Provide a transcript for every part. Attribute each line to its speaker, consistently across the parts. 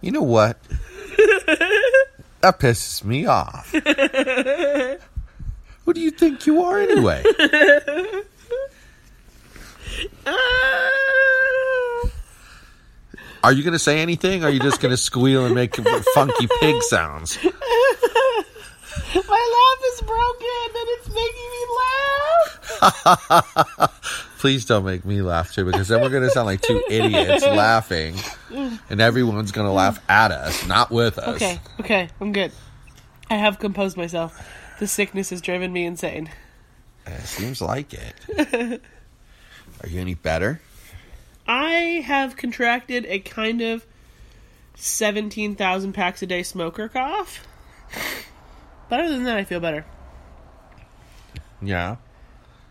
Speaker 1: You know what? that pisses me off. Who do you think you are, anyway?
Speaker 2: Ah!
Speaker 1: Are you going to say anything? Or are you just going to squeal and make funky pig sounds?
Speaker 2: My laugh is broken and it's making me laugh.
Speaker 1: Please don't make me laugh too, because then we're going to sound like two idiots laughing, and everyone's going to laugh at us, not with us.
Speaker 2: Okay, okay, I'm good. I have composed myself. The sickness has driven me insane.
Speaker 1: It seems like it. Are you any better?
Speaker 2: I have contracted a kind of 17,000 packs a day smoker cough. But other than that, I feel better.
Speaker 1: Yeah.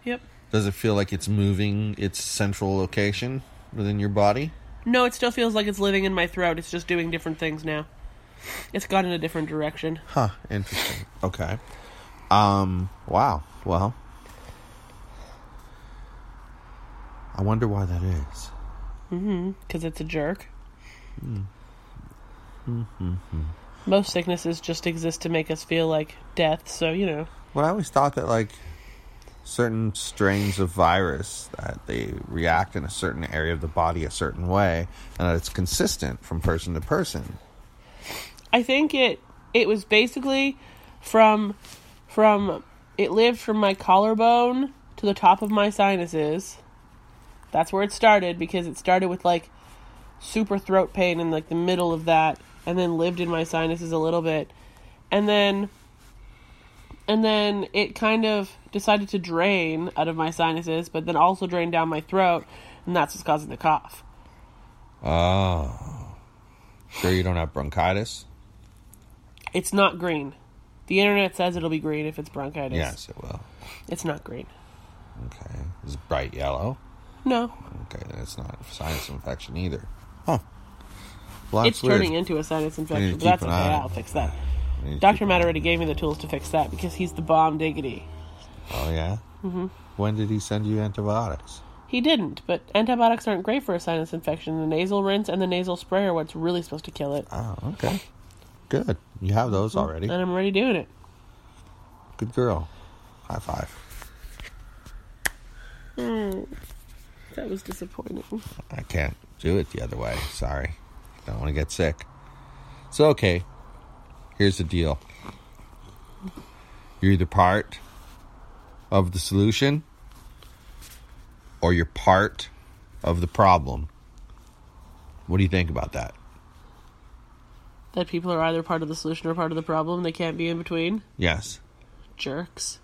Speaker 2: Yep.
Speaker 1: Does it feel like it's moving its central location within your body?
Speaker 2: No, it still feels like it's living in my throat. It's just doing different things now. It's gone in a different direction.
Speaker 1: Huh, interesting. Okay. Um, wow. Well, I wonder why that is.
Speaker 2: Because it's a jerk. Most sicknesses just exist to make us feel like death, so you know.
Speaker 1: Well, I always thought that like certain strains of virus that they react in a certain area of the body a certain way, and that it's consistent from person to person.
Speaker 2: I think it it was basically from from it lived from my collarbone to the top of my sinuses. That's where it started because it started with like super throat pain in like the middle of that and then lived in my sinuses a little bit. And then and then it kind of decided to drain out of my sinuses, but then also drain down my throat, and that's what's causing the cough.
Speaker 1: Oh, sure you don't have bronchitis?
Speaker 2: It's not green. The internet says it'll be green if it's bronchitis.
Speaker 1: Yes, it will.
Speaker 2: It's not green.
Speaker 1: Okay, it's bright yellow.
Speaker 2: No.
Speaker 1: Okay, then it's not a sinus infection either. Huh? Well,
Speaker 2: it's turning into a sinus infection,
Speaker 1: keep
Speaker 2: but that's
Speaker 1: an
Speaker 2: okay.
Speaker 1: eye on
Speaker 2: I'll
Speaker 1: it.
Speaker 2: fix that.
Speaker 1: in.
Speaker 2: Dr. Matt already gave me the tools to fix that because he's the bomb diggity.
Speaker 1: Oh yeah. Mm-hmm. When did he send you antibiotics?
Speaker 2: He didn't, but antibiotics aren't great for a sinus infection. The nasal rinse and the nasal spray are what's really supposed to kill it.
Speaker 1: Oh, okay. Good. You have those already.
Speaker 2: And I'm already doing it.
Speaker 1: Good girl. High five.
Speaker 2: That was disappointing.
Speaker 1: I can't do it the other way. Sorry. Don't want to get sick. So okay. Here's the deal. You're either part of the solution or you're part of the problem. What do you think about that?
Speaker 2: That people are either part of the solution or part of the problem. They can't be in between.
Speaker 1: Yes.
Speaker 2: jerks.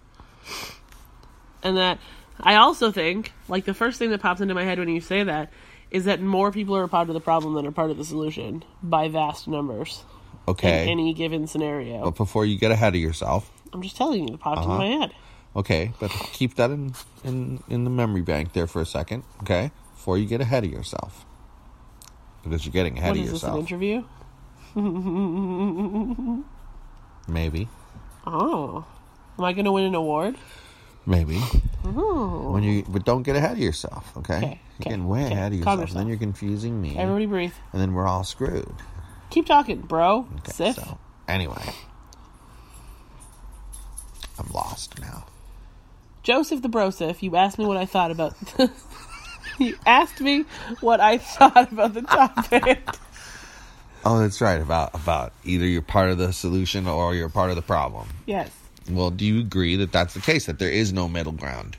Speaker 2: And that I also think, like the first thing that pops into my head when you say that is that more people are part of the problem than are part of the solution by vast numbers
Speaker 1: Okay.
Speaker 2: in any given scenario.
Speaker 1: but before you get ahead of yourself,
Speaker 2: I'm just telling you, it popped
Speaker 1: Uh-huh.
Speaker 2: into my head.
Speaker 1: Okay, but keep that in, in in the memory bank there for a second, okay? Before you get ahead of yourself. Because you're getting ahead
Speaker 2: What
Speaker 1: of
Speaker 2: is this, an
Speaker 1: yourself.
Speaker 2: interview?
Speaker 1: Maybe.
Speaker 2: Oh. Am I going to win an award?
Speaker 1: Mm-hmm. Maybe. When you but don't get ahead of yourself, okay?
Speaker 2: Okay,
Speaker 1: You're
Speaker 2: okay,
Speaker 1: getting way
Speaker 2: okay.
Speaker 1: ahead of yourself.
Speaker 2: Calm
Speaker 1: And then
Speaker 2: yourself.
Speaker 1: you're confusing me.
Speaker 2: Everybody breathe.
Speaker 1: and then we're all screwed.
Speaker 2: Keep talking, bro.
Speaker 1: Okay.
Speaker 2: Sif.
Speaker 1: So anyway. I'm lost now.
Speaker 2: Joseph the Brosif, you asked me what I thought about. you asked me what I thought about the topic.
Speaker 1: Oh, that's right, about about either you're part of the solution or you're part of the problem.
Speaker 2: yes.
Speaker 1: Well, do you agree that that's the case, that there is no middle ground?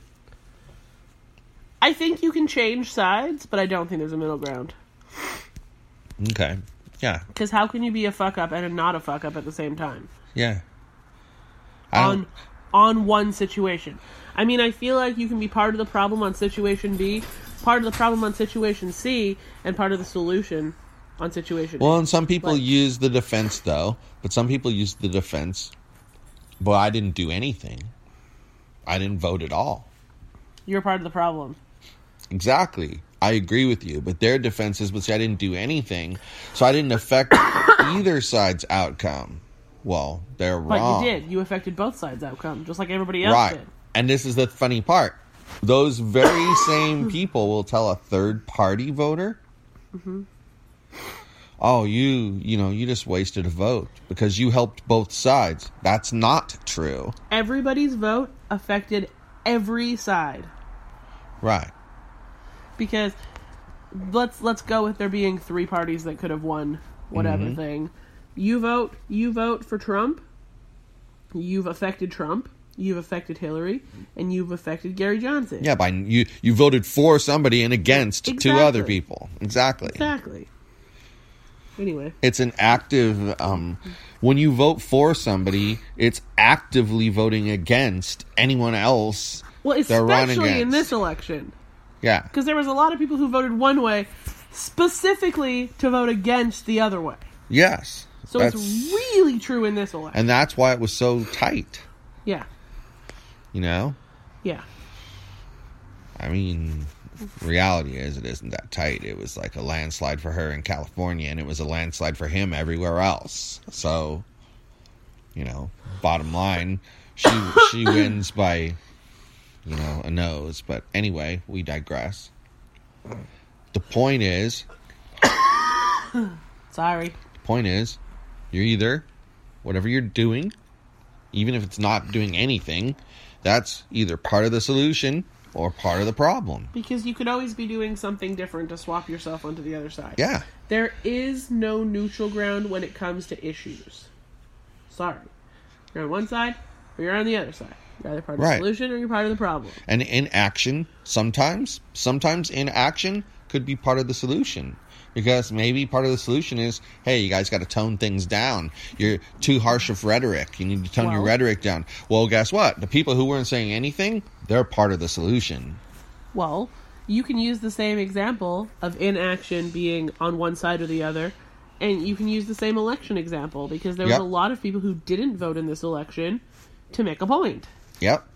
Speaker 2: I think you can change sides, but I don't think there's a middle ground.
Speaker 1: Okay. Yeah.
Speaker 2: Because how can you be a fuck up and a not a fuck up at the same time
Speaker 1: Yeah. I don't,
Speaker 2: on on one situation? I mean, I feel like you can be part of the problem on situation B, part of the problem on situation C, and part of the solution on situation.
Speaker 1: Well,
Speaker 2: A.
Speaker 1: and some people
Speaker 2: But-
Speaker 1: use the defense though, but some people use the defense. Well, I didn't do anything. I didn't vote at all.
Speaker 2: You're part of the problem.
Speaker 1: Exactly. I agree with you, but their defense is, but see, I didn't do anything, so I didn't affect either side's outcome. Well, they're
Speaker 2: But
Speaker 1: wrong.
Speaker 2: you did. You affected both sides' outcome, just like everybody else
Speaker 1: right.
Speaker 2: did.
Speaker 1: And this is the funny part. Those very same people will tell a third party voter,
Speaker 2: Mm-hmm.
Speaker 1: "Oh, you, you know, you just wasted a vote because you helped both sides." That's not true.
Speaker 2: Everybody's vote affected every side.
Speaker 1: Right.
Speaker 2: because let's let's go with there being three parties that could have won whatever
Speaker 1: Mm-hmm.
Speaker 2: thing. You vote you vote for Trump. You've affected Trump. You've affected Hillary, and you've affected Gary Johnson.
Speaker 1: Yeah, by you you voted for somebody and against two other
Speaker 2: Exactly.
Speaker 1: people. Exactly.
Speaker 2: exactly. Anyway,
Speaker 1: It's an active um when you vote for somebody, it's actively voting against anyone else.
Speaker 2: well,
Speaker 1: They're run
Speaker 2: especially in
Speaker 1: against.
Speaker 2: this election,
Speaker 1: Yeah.
Speaker 2: because there was a lot of people who voted one way, specifically to vote against the other way.
Speaker 1: Yes.
Speaker 2: So
Speaker 1: That's-
Speaker 2: it's really true in this election.
Speaker 1: and that's why it was so tight.
Speaker 2: yeah,
Speaker 1: You know,
Speaker 2: yeah.
Speaker 1: I mean, reality is it isn't that tight. It was like a landslide for her in California, and it was a landslide for him everywhere else. So, you know, bottom line, she she wins by, you know, a nose. But anyway, we digress. The point is,
Speaker 2: Sorry.
Speaker 1: point is, you're either whatever you're doing, even if it's not doing anything, that's either part of the solution or part of the problem.
Speaker 2: Because you could always be doing something different to swap yourself onto the other side.
Speaker 1: Yeah.
Speaker 2: There is no neutral ground when it comes to issues. Sorry. You're on one side or you're on the other side. You're either part of
Speaker 1: Right.
Speaker 2: the solution or you're part of the problem.
Speaker 1: And inaction sometimes, sometimes inaction could be part of the solution. Because maybe part of the solution is, hey, you guys got to tone things down. You're too harsh of rhetoric. You need to tone your
Speaker 2: Well-
Speaker 1: rhetoric down. Well, guess what? The people who weren't saying anything, they're part of the solution.
Speaker 2: Well, you can use the same example of inaction being on one side or the other, and you can use the same election example because there
Speaker 1: Yep.
Speaker 2: was a lot of people who didn't vote in this election to make a point.
Speaker 1: Yep.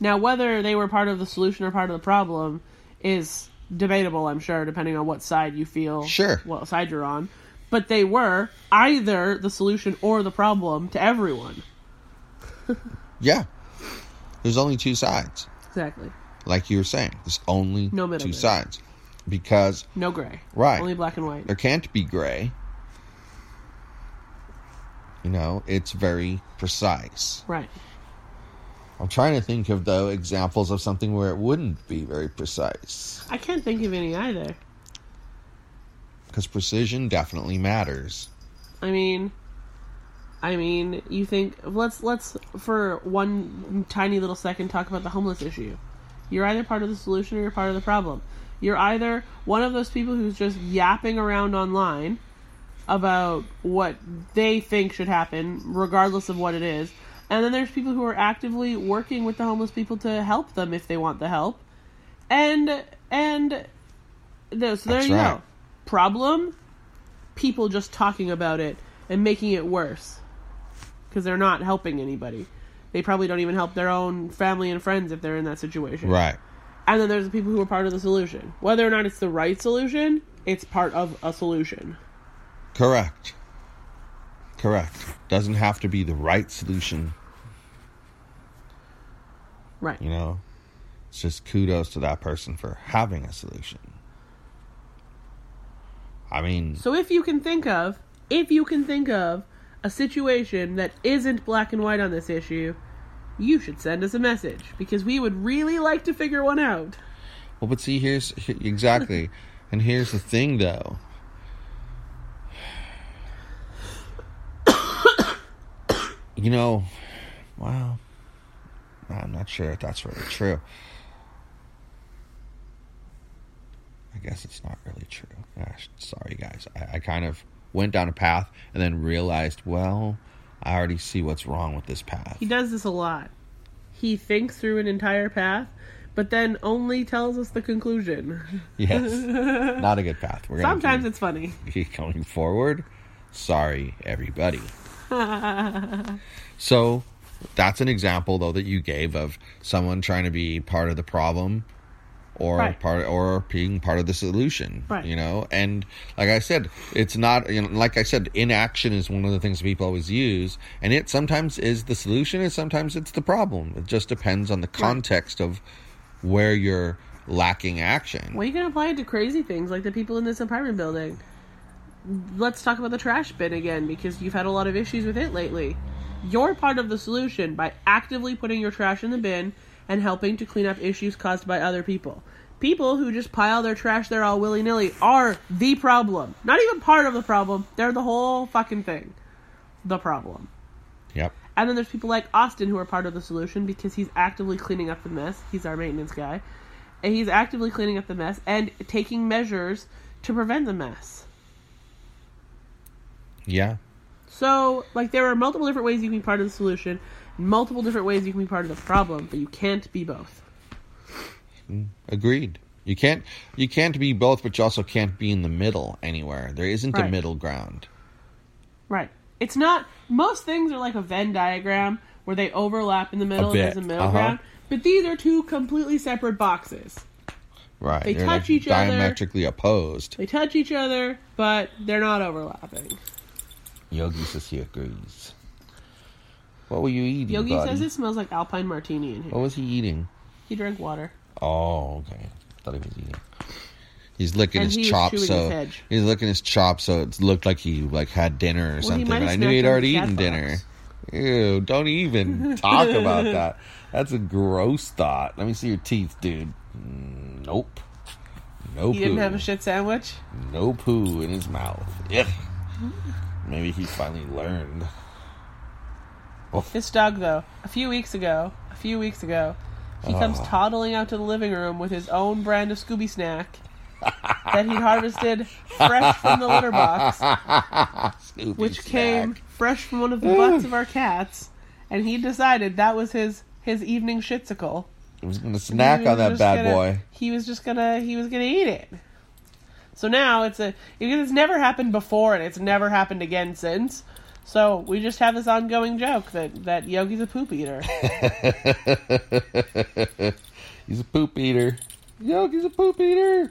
Speaker 2: Now, whether they were part of the solution or part of the problem is debatable, I'm sure, depending on what side you feel.
Speaker 1: Sure.
Speaker 2: What side you're on. But they were either the solution or the problem to everyone.
Speaker 1: Yeah. There's only two sides.
Speaker 2: Exactly.
Speaker 1: like you were saying, there's only
Speaker 2: No middle
Speaker 1: two
Speaker 2: ground.
Speaker 1: sides because
Speaker 2: No gray.
Speaker 1: Right.
Speaker 2: Only black and white.
Speaker 1: there can't be gray. You know, it's very precise.
Speaker 2: Right.
Speaker 1: I'm trying to think of though examples of something where it wouldn't be very precise
Speaker 2: I can't think of any either.
Speaker 1: because precision definitely matters.
Speaker 2: I mean, I mean, you think let's let's for one tiny little second talk about the homeless issue. You're either part of the solution or you're part of the problem. You're either one of those people who's just yapping around online about what they think should happen, regardless of what it is. And then there's people who are actively working with the homeless people to help them if they want the help. And and th- so there
Speaker 1: That's
Speaker 2: you
Speaker 1: right.
Speaker 2: go. Problem, people just talking about it and making it worse because they're not helping anybody. They probably don't even help their own family and friends if they're in that situation.
Speaker 1: Right.
Speaker 2: And then there's the people who are part of the solution. Whether or not it's the right solution, it's part of a solution.
Speaker 1: Correct. Correct. Doesn't have to be the right solution
Speaker 2: Right.
Speaker 1: You know, it's just kudos to that person for having a solution. I mean,
Speaker 2: So if you can think of, if you can think of a situation that isn't black and white on this issue, you should send us a message because we would really like to figure one out.
Speaker 1: well, but see, here's he- exactly, and here's the thing, though. You know, wow, I'm not sure if that's really true. I guess it's not really true. Gosh, sorry, guys. I, I kind of went down a path and then realized, well, I already see what's wrong with this path.
Speaker 2: He does this a lot. He thinks through an entire path, but then only tells us the conclusion.
Speaker 1: Yes. Not a good path. We're gonna
Speaker 2: Sometimes
Speaker 1: keep-
Speaker 2: it's funny.
Speaker 1: keep going forward. Sorry, everybody. so that's an example though that you gave of someone trying to be part of the problem or
Speaker 2: Right.
Speaker 1: part or being part of the solution.
Speaker 2: Right.
Speaker 1: You know, and like I said, it's not you know, like I said, inaction is one of the things people always use. And it sometimes is the solution and sometimes it's the problem. It just depends on the context of where you're lacking action.
Speaker 2: Well, you can apply it to crazy things like the people in this apartment building. Let's talk about the trash bin again because you've had a lot of issues with it lately. You're part of the solution by actively putting your trash in the bin and helping to clean up issues caused by other people. People who just pile their trash there all willy nilly are the problem. Not even part of the problem, they're the whole fucking thing. The problem.
Speaker 1: Yep.
Speaker 2: And then there's people like Austin who are part of the solution because he's actively cleaning up the mess. He's our maintenance guy. And he's actively cleaning up the mess and taking measures to prevent the mess.
Speaker 1: Yeah.
Speaker 2: So, like, there are multiple different ways you can be part of the solution, multiple different ways you can be part of the problem, but you can't be both.
Speaker 1: Agreed. You can't you can't be both, but you also can't be in the middle anywhere. There isn't a
Speaker 2: Right.
Speaker 1: middle ground.
Speaker 2: Right. It's not, most things are like a Venn diagram where they overlap in the middle and
Speaker 1: bit,
Speaker 2: there's a middle
Speaker 1: uh-huh.
Speaker 2: ground. But these are two completely separate boxes.
Speaker 1: Right.
Speaker 2: They touch each other.
Speaker 1: diametrically opposed.
Speaker 2: They touch each other, but they're not overlapping.
Speaker 1: Yogi Sassi agrees. What were you eating?
Speaker 2: Yogi
Speaker 1: buddy? Oh,
Speaker 2: says it smells like Alpine Martini in here.
Speaker 1: What was he eating?
Speaker 2: He drank water.
Speaker 1: Oh, okay. Thought he was eating. He's licking
Speaker 2: And
Speaker 1: his
Speaker 2: he was
Speaker 1: chops,
Speaker 2: chewing
Speaker 1: so
Speaker 2: his hedge.
Speaker 1: he's licking his chops, so it looked like he like had dinner or something.
Speaker 2: might
Speaker 1: But
Speaker 2: have
Speaker 1: I knew
Speaker 2: snacked
Speaker 1: he'd
Speaker 2: on
Speaker 1: already
Speaker 2: cat
Speaker 1: eaten dinner.
Speaker 2: box.
Speaker 1: Ew! Don't even talk about that. That's a gross thought. Let me see your teeth, dude. Mm, Nope. No
Speaker 2: He
Speaker 1: poo.
Speaker 2: didn't have a shit sandwich.
Speaker 1: no poo in his mouth. Ugh. Maybe he finally learned.
Speaker 2: This dog, though, a few weeks ago, a few weeks ago, he comes toddling out to the living room with his own brand of Scooby snack that he harvested fresh from the litter box,
Speaker 1: Snoopy
Speaker 2: which
Speaker 1: snack.
Speaker 2: came fresh from one of the butts of our cats, and he decided that was his his evening shitsicle.
Speaker 1: He was gonna
Speaker 2: He
Speaker 1: snack
Speaker 2: was
Speaker 1: on that
Speaker 2: Mm, just
Speaker 1: bad
Speaker 2: gonna-
Speaker 1: boy.
Speaker 2: He was just gonna he was gonna eat it. So now it's a because it's never happened before and it's never happened again since. So we just have this ongoing joke that that Yogi's a poop eater.
Speaker 1: He's a poop eater. Yo, he's a poop eater.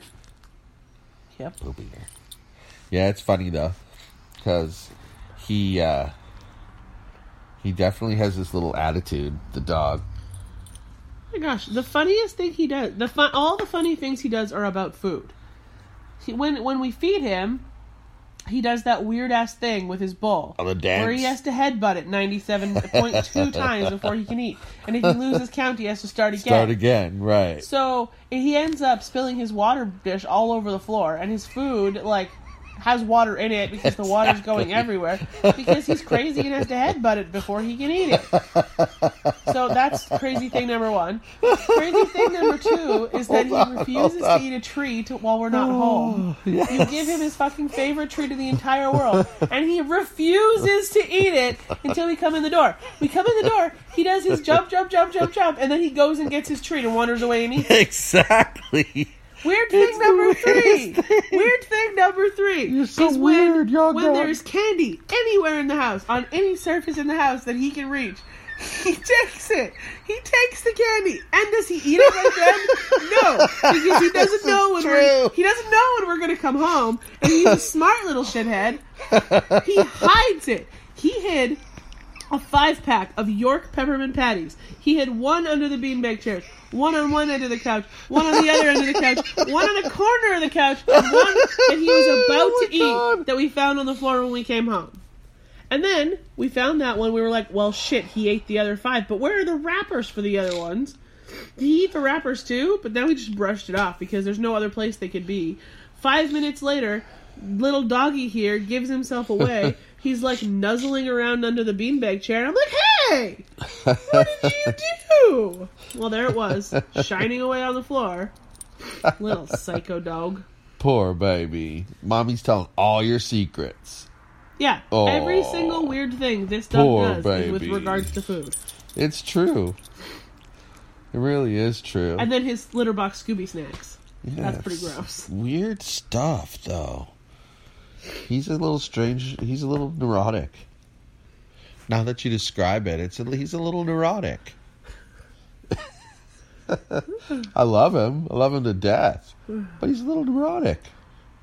Speaker 2: yep. Oh
Speaker 1: Poop eater. Yeah, it's funny though, because he uh, he definitely has this little attitude. The dog.
Speaker 2: Oh my gosh, the funniest thing he does, the fun, all the funny things he does are about food. He, when when we feed him, he does that weird ass thing with his bowl,
Speaker 1: Oh, the dance.
Speaker 2: where he has to headbutt it ninety seven point two times before he can eat, and if he loses count, he has to start again.
Speaker 1: Start again, right?
Speaker 2: So he ends up spilling his water dish all over the floor, and his food like has water in it because the water's going everywhere because he's crazy and has to headbutt it before he can eat it. So that's crazy thing number one. Crazy thing number two is that he refuses to eat a treat while we're not home. You give him his fucking favorite treat in the entire world, and he refuses to eat it until we come in the door. We come in the door, he does his jump, jump, jump, jump, jump, and then he goes and gets his treat and wanders away and eats. it.
Speaker 1: exactly.
Speaker 2: Weird thing
Speaker 1: It's the
Speaker 2: number three.
Speaker 1: weirdest thing.
Speaker 2: Weird thing number three
Speaker 1: You're so
Speaker 2: is
Speaker 1: weird,
Speaker 2: when,
Speaker 1: y'all
Speaker 2: when
Speaker 1: dog.
Speaker 2: there's candy anywhere in the house, on any surface in the house that he can reach. He takes it. He takes the candy. And does he eat it right then? No, because he
Speaker 1: This
Speaker 2: doesn't
Speaker 1: is
Speaker 2: know when we're,
Speaker 1: true.
Speaker 2: he doesn't know when we're gonna come home. And he's a smart little shithead. He hides it. He hid a five pack of York peppermint patties. He had one under the beanbag chairs, one on one end of the couch, one on the other end of the couch, one on the corner of the couch, and one that he was about
Speaker 1: Oh my
Speaker 2: to eat
Speaker 1: God.
Speaker 2: that we found on the floor when we came home. And then we found that one. We were like, well, shit, he ate the other five, but where are the wrappers for the other ones? Did he eat the wrappers too? But then we just brushed it off because there's no other place they could be. Five minutes later, little doggy here gives himself away. He's like nuzzling around under the beanbag chair, and I'm like, hey! What did you do? Well, there it was, shining away on the floor. Little psycho dog.
Speaker 1: Poor baby. Mommy's telling all your secrets.
Speaker 2: Yeah,
Speaker 1: Aw.
Speaker 2: every single weird thing this dog
Speaker 1: Poor
Speaker 2: does is with
Speaker 1: baby.
Speaker 2: regards to food.
Speaker 1: It's true. It really is true.
Speaker 2: And then his litter box Scooby snacks.
Speaker 1: Yeah,
Speaker 2: That's pretty
Speaker 1: it's
Speaker 2: gross.
Speaker 1: Weird stuff, though. He's a little strange. He's a little neurotic. Now that you describe it, it's a, he's a little neurotic. I love him. I love him to death. But he's a little neurotic.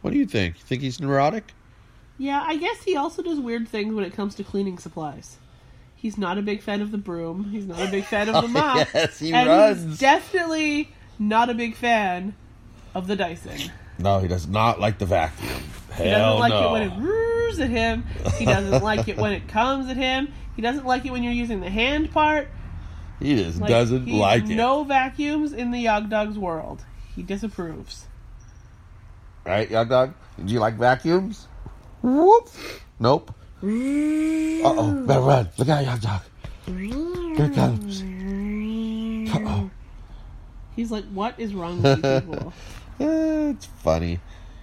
Speaker 1: What do you think? You think he's neurotic?
Speaker 2: Yeah, I guess he also does weird things when it comes to cleaning supplies. He's not a big fan of the broom. He's not a big fan of the mop.
Speaker 1: Oh, yes, he
Speaker 2: and
Speaker 1: runs.
Speaker 2: he's definitely not a big fan of the Dyson.
Speaker 1: no, he does not like the vacuum. Hell
Speaker 2: He doesn't like
Speaker 1: no.
Speaker 2: it when it roars at him. He doesn't like it when it comes at him. He doesn't like it when you're using the hand part.
Speaker 1: he just
Speaker 2: Like,
Speaker 1: doesn't
Speaker 2: he-
Speaker 1: like it.
Speaker 2: No vacuums in the Yog Dog's world. He disapproves.
Speaker 1: Right, young dog? Do you like vacuums? Whoop. Nope.
Speaker 2: Mm.
Speaker 1: Uh oh, better run. Look out, young dog. Here it comes. Uh oh.
Speaker 2: He's like, what is wrong with you people?
Speaker 1: It's funny.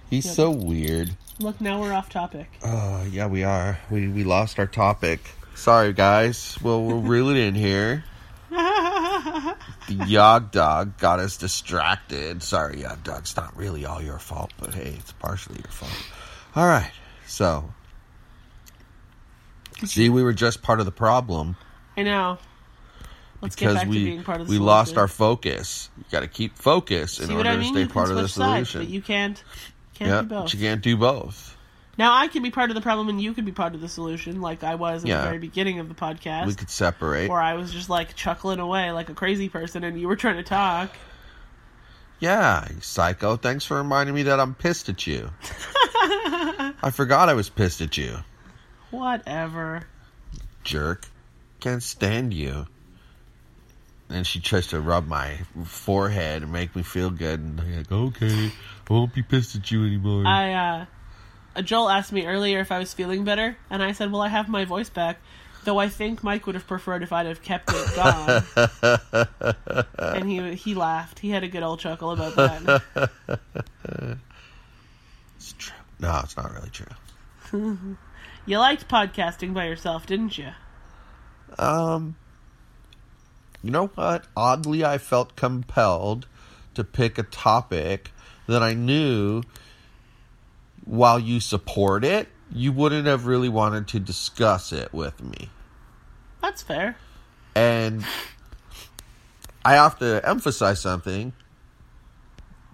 Speaker 1: He's
Speaker 2: Yep.
Speaker 1: so weird.
Speaker 2: Look, now we're off topic.
Speaker 1: Uh, yeah, we are. We, we lost our topic. Sorry, guys. Well, we'll reel it in here. The Yog Dog got us distracted. Sorry, Yog Dog. It's not really all your fault, but hey, it's partially your fault. All right. So, see, we were just part of the problem
Speaker 2: I know. Let's get
Speaker 1: because
Speaker 2: back to
Speaker 1: we
Speaker 2: being part of the
Speaker 1: we lost
Speaker 2: solution.
Speaker 1: our focus. You got to keep focus in
Speaker 2: See what
Speaker 1: order
Speaker 2: I mean?
Speaker 1: to
Speaker 2: You
Speaker 1: stay part
Speaker 2: can
Speaker 1: of the
Speaker 2: switch sides,
Speaker 1: solution.
Speaker 2: but you can't can't
Speaker 1: yeah,
Speaker 2: do both.
Speaker 1: but you can't do both.
Speaker 2: Now I can be part of the problem and you can be part of the solution, like I was at
Speaker 1: Yeah.
Speaker 2: the very beginning of the podcast,
Speaker 1: We could separate.
Speaker 2: where I was just like chuckling away like a crazy person, and you were trying to talk.
Speaker 1: Yeah, you psycho. Thanks for reminding me that I'm pissed at you. I forgot I was pissed at you,
Speaker 2: Whatever.
Speaker 1: jerk. Can't stand you. And she tries to rub my forehead and make me feel good. And I'm like, okay, I won't be pissed at you anymore.
Speaker 2: I uh, uh, Joel asked me earlier if I was feeling better, and I said, "Well, I have my voice back." Though I think Mike would have preferred if I'd have kept it gone. and he he laughed. He had a good old chuckle about that.
Speaker 1: it's true. No, it's not really true.
Speaker 2: you liked podcasting by yourself, didn't you?
Speaker 1: Um, you know what? Oddly, I felt compelled to pick a topic that I knew while you support it, you wouldn't have really wanted to discuss it with me.
Speaker 2: That's fair.
Speaker 1: And I have to emphasize something.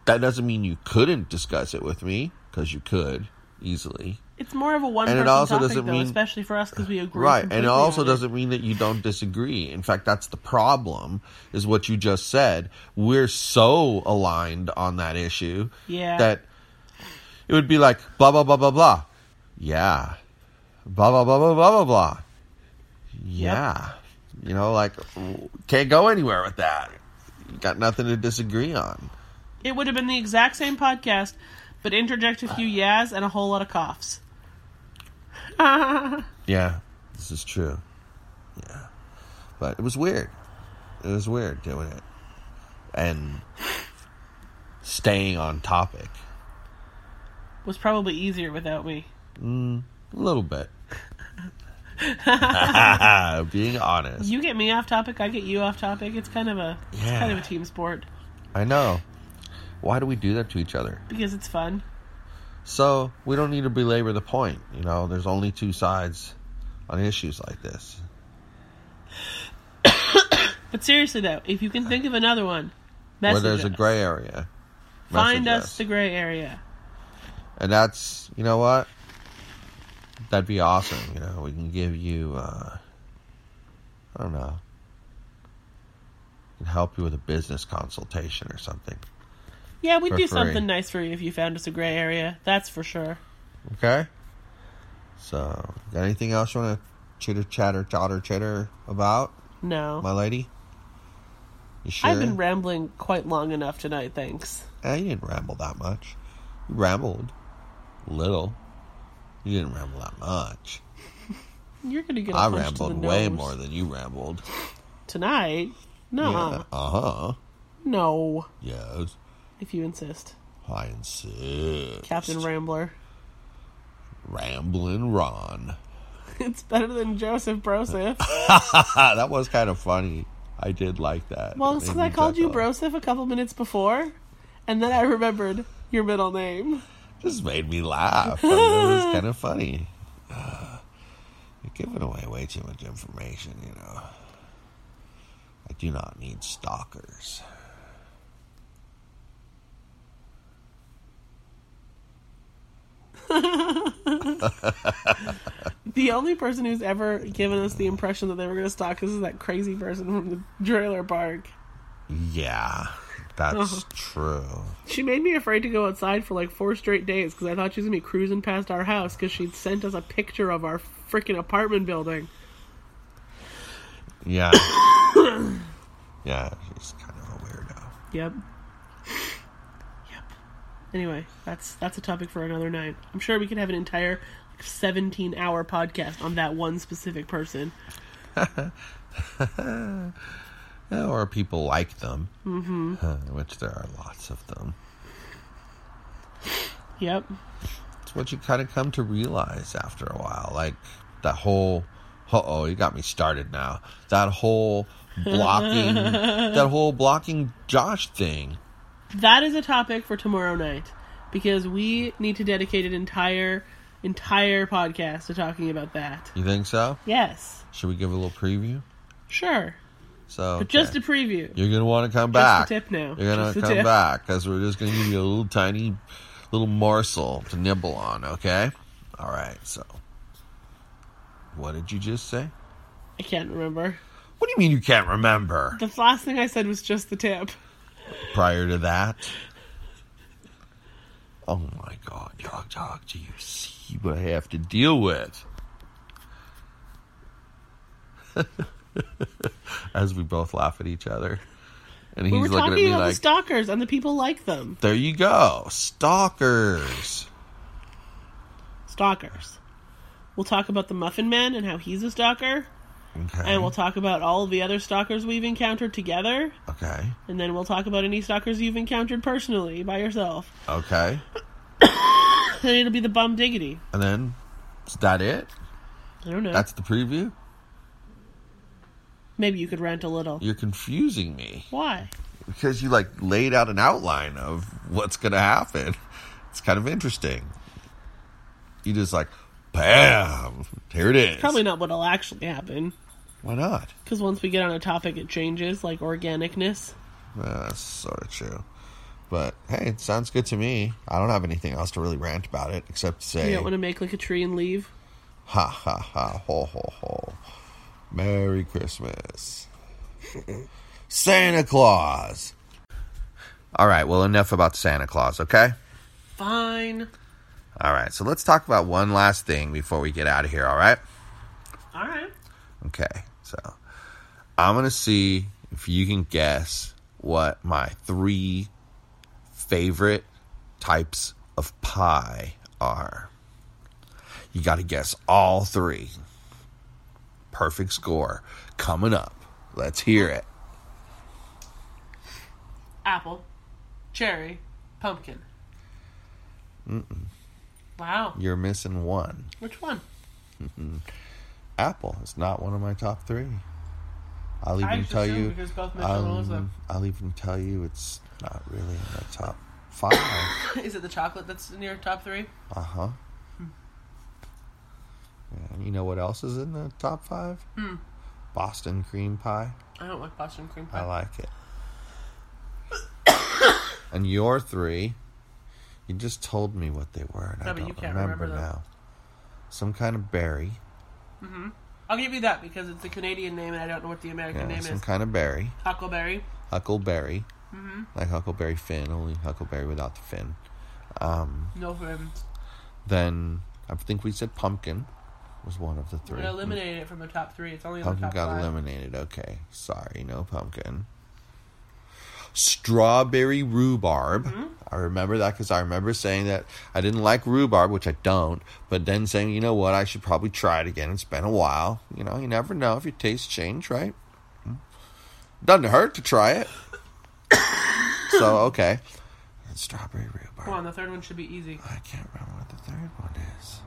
Speaker 1: That doesn't mean you couldn't discuss it with me, because you could easily.
Speaker 2: It's more of a one
Speaker 1: And it
Speaker 2: person
Speaker 1: also
Speaker 2: topic,
Speaker 1: doesn't
Speaker 2: though,
Speaker 1: mean-
Speaker 2: especially for us because we agree.
Speaker 1: right and it
Speaker 2: completely
Speaker 1: also
Speaker 2: on
Speaker 1: doesn't mean that you don't disagree in fact that's the problem is what you just said we're so aligned on that issue
Speaker 2: Yeah.
Speaker 1: that it would be like blah blah blah blah blah yeah blah blah blah blah blah blah blah yeah you know like w- can't go anywhere with that You got nothing to disagree on
Speaker 2: It would have been the exact same podcast, but interject a few yas and a whole lot of coughs.
Speaker 1: yeah this is true yeah but it was weird it was weird doing it and staying on topic
Speaker 2: Was probably easier without me.
Speaker 1: a little bit being honest
Speaker 2: You get me off topic, I get you off topic. It's kind of a it's
Speaker 1: Yeah.
Speaker 2: kind of a team sport
Speaker 1: i know why do we do that to each other
Speaker 2: because it's fun.
Speaker 1: so we don't need to belabor the point you know there's only two sides on issues like this
Speaker 2: But seriously though, if you can think of another one,
Speaker 1: where
Speaker 2: message
Speaker 1: there's a
Speaker 2: us.
Speaker 1: gray area
Speaker 2: Find
Speaker 1: message
Speaker 2: us the gray area.
Speaker 1: and that's you know what that'd be awesome you know we can give you uh i don't know can help you with a business consultation or something
Speaker 2: Yeah, we'd
Speaker 1: For
Speaker 2: do
Speaker 1: free.
Speaker 2: something nice for you if you found us a gray area. That's for sure.
Speaker 1: okay so got anything else you want to chitter chatter chatter chitter about
Speaker 2: No.
Speaker 1: my lady you sure
Speaker 2: I've been rambling quite long enough tonight, thanks.
Speaker 1: Eh, you didn't ramble that much you rambled a little you didn't ramble that much
Speaker 2: You're gonna get a
Speaker 1: i
Speaker 2: punch to
Speaker 1: rambled
Speaker 2: the
Speaker 1: way
Speaker 2: nose.
Speaker 1: more than you rambled
Speaker 2: tonight. No,
Speaker 1: yeah. uh-huh
Speaker 2: no,
Speaker 1: Yes,
Speaker 2: if you insist,
Speaker 1: I insist.
Speaker 2: Captain Rambler.
Speaker 1: Ramblin' Ron.
Speaker 2: It's better than Joseph Broseph.
Speaker 1: Ah, that was kind of funny. I did like that. uh,
Speaker 2: Well,
Speaker 1: It
Speaker 2: it's 'cause
Speaker 1: made
Speaker 2: I
Speaker 1: me
Speaker 2: called you
Speaker 1: chuckle.
Speaker 2: Broseph a couple minutes before, and then I remembered your middle name.
Speaker 1: Just made me laugh. I mean, it was kind of funny. You're giving away way too much information, you know. I do not need stalkers.
Speaker 2: The only person who's ever given us the impression that they were going to stalk us is that crazy person from the trailer park.
Speaker 1: Yeah, that's true.
Speaker 2: She made me afraid to go outside for like four straight days because I thought she was going to be cruising past our house because she'd sent us a picture of our freaking apartment building.
Speaker 1: Yeah. yeah, she's kind of a weirdo.
Speaker 2: Yep. Yep. Anyway, that's that's a topic for another night. I'm sure we could have an entire 17 hour podcast on that one specific person.
Speaker 1: Yeah, or people like them, mm-hmm. which there are lots of them.
Speaker 2: Yep.
Speaker 1: It's what you kind of come to realize after a while. Like that whole, uh oh, you got me started now. That whole blocking, that whole blocking Josh thing.
Speaker 2: That is a topic for tomorrow night because we need to dedicate an entire entire podcast to talking about that.
Speaker 1: You think so?
Speaker 2: Yes.
Speaker 1: Should we give a little preview?
Speaker 2: Sure.
Speaker 1: So
Speaker 2: But just
Speaker 1: okay.
Speaker 2: a preview.
Speaker 1: you're gonna want to come back.
Speaker 2: tip now.
Speaker 1: You're gonna
Speaker 2: Just the
Speaker 1: come
Speaker 2: tip.
Speaker 1: back because we're just gonna give you a little tiny, little morsel to nibble on. Okay. All right. So, what did you just say?
Speaker 2: I can't remember.
Speaker 1: What do you mean you can't remember?
Speaker 2: The last thing I said was just the tip.
Speaker 1: prior to that. Oh my god, dog, dog, do you see what I have to deal with? As we both laugh at each other. And he's
Speaker 2: We were
Speaker 1: looking at
Speaker 2: talking
Speaker 1: me
Speaker 2: about the
Speaker 1: like,
Speaker 2: stalkers and the people like them.
Speaker 1: there you go, stalkers.
Speaker 2: Stalkers. We'll talk about the Muffin Man and how he's a stalker.
Speaker 1: Okay.
Speaker 2: And we'll talk about all of the other stalkers we've encountered together.
Speaker 1: okay.
Speaker 2: And then we'll talk about any stalkers you've encountered personally by yourself.
Speaker 1: Okay.
Speaker 2: And it'll be the bum diggity.
Speaker 1: And then, is that it?
Speaker 2: I don't know.
Speaker 1: That's the preview?
Speaker 2: Maybe you could rant a little.
Speaker 1: You're confusing me.
Speaker 2: Why?
Speaker 1: because you like laid out an outline of what's going to happen. It's kind of interesting. You just like, bam, here it is.
Speaker 2: Probably not what'll actually happen.
Speaker 1: Why not?
Speaker 2: Because once we get on a topic, it changes, like organicness.
Speaker 1: Uh, that's sort of true. But hey, it sounds good to me. I don't have anything else to really rant about it except to
Speaker 2: You
Speaker 1: say,
Speaker 2: don't want to make like a tree and leave.
Speaker 1: ha ha ha, ho ho ho. Merry Christmas. Santa Claus. All right, well, enough about Santa Claus, okay?
Speaker 2: Fine.
Speaker 1: All right, so let's talk about one last thing before we get out of here, all right?
Speaker 2: All right.
Speaker 1: Okay, so I'm gonna see if you can guess what my three favorite types of pie are. You gotta guess all three. Perfect score coming up. Let's hear it.
Speaker 2: Apple, cherry, pumpkin. Mm-mm. Wow.
Speaker 1: You're missing one.
Speaker 2: Which one?
Speaker 1: Apple is not one of my top three. I'll even
Speaker 2: I just
Speaker 1: tell
Speaker 2: assumed
Speaker 1: you.
Speaker 2: because both Mitchell and
Speaker 1: Um, I'll even tell you it's not really in the top five.
Speaker 2: Melissa. Is it the chocolate that's in your top three?
Speaker 1: Uh huh. And you know what else is in the top five?
Speaker 2: Hmm.
Speaker 1: Boston cream pie.
Speaker 2: I don't like Boston cream
Speaker 1: I
Speaker 2: pie.
Speaker 1: like it. and your three, you just told me what they were, and
Speaker 2: No,
Speaker 1: I
Speaker 2: but
Speaker 1: don't
Speaker 2: you can't
Speaker 1: remember,
Speaker 2: remember them.
Speaker 1: now. Some kind of berry.
Speaker 2: I'll give you that because it's a Canadian name and I don't know what the American
Speaker 1: Yeah,
Speaker 2: name
Speaker 1: some
Speaker 2: is.
Speaker 1: kind of berry.
Speaker 2: Huckleberry.
Speaker 1: Huckleberry.
Speaker 2: Mm-hmm.
Speaker 1: Like Huckleberry Finn, only Huckleberry without the fin.
Speaker 2: No um, friends.
Speaker 1: Then I think we said pumpkin was one of the
Speaker 2: We
Speaker 1: three.
Speaker 2: eliminated it from the top three. It's only in the
Speaker 1: Pumpkin
Speaker 2: top
Speaker 1: got
Speaker 2: five.
Speaker 1: eliminated. Okay. Sorry, no pumpkin. Strawberry rhubarb.
Speaker 2: Mm-hmm.
Speaker 1: I remember that because I remember saying that I didn't like rhubarb, which I don't, but then saying, you know what, I should probably try it again. It's been a while. You know, you never know if your tastes change, right? Mm. Doesn't hurt to try it. so, okay. Strawberry rhubarb.
Speaker 2: Come on, the third one should be easy.
Speaker 1: I can't remember what the third one is.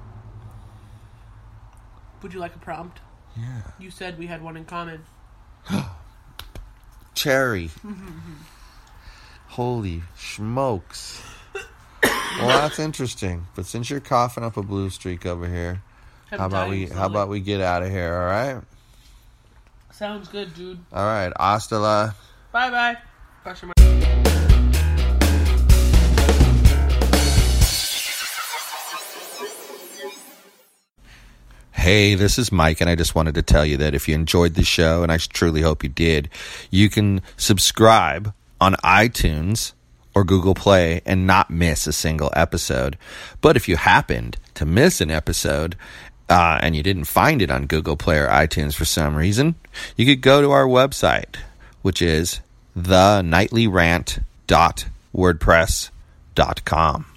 Speaker 2: Would you like a prompt?
Speaker 1: Yeah.
Speaker 2: You said we had one in common.
Speaker 1: cherry. Holy smokes. well, that's interesting. But since you're coughing up a blue streak over here,
Speaker 2: I'm
Speaker 1: how about
Speaker 2: dying
Speaker 1: we how
Speaker 2: slowly.
Speaker 1: about we get out of here, all right?
Speaker 2: Sounds good, dude.
Speaker 1: All right. Hasta la.
Speaker 2: Bye bye. Question mark.
Speaker 1: Hey, this is Mike, and I just wanted to tell you that if you enjoyed the show, and I truly hope you did, you can subscribe on iTunes or Google Play and not miss a single episode. But if you happened to miss an episode uh, and you didn't find it on Google Play or iTunes for some reason, you could go to our website, which is thenightlyrant.wordpress.com.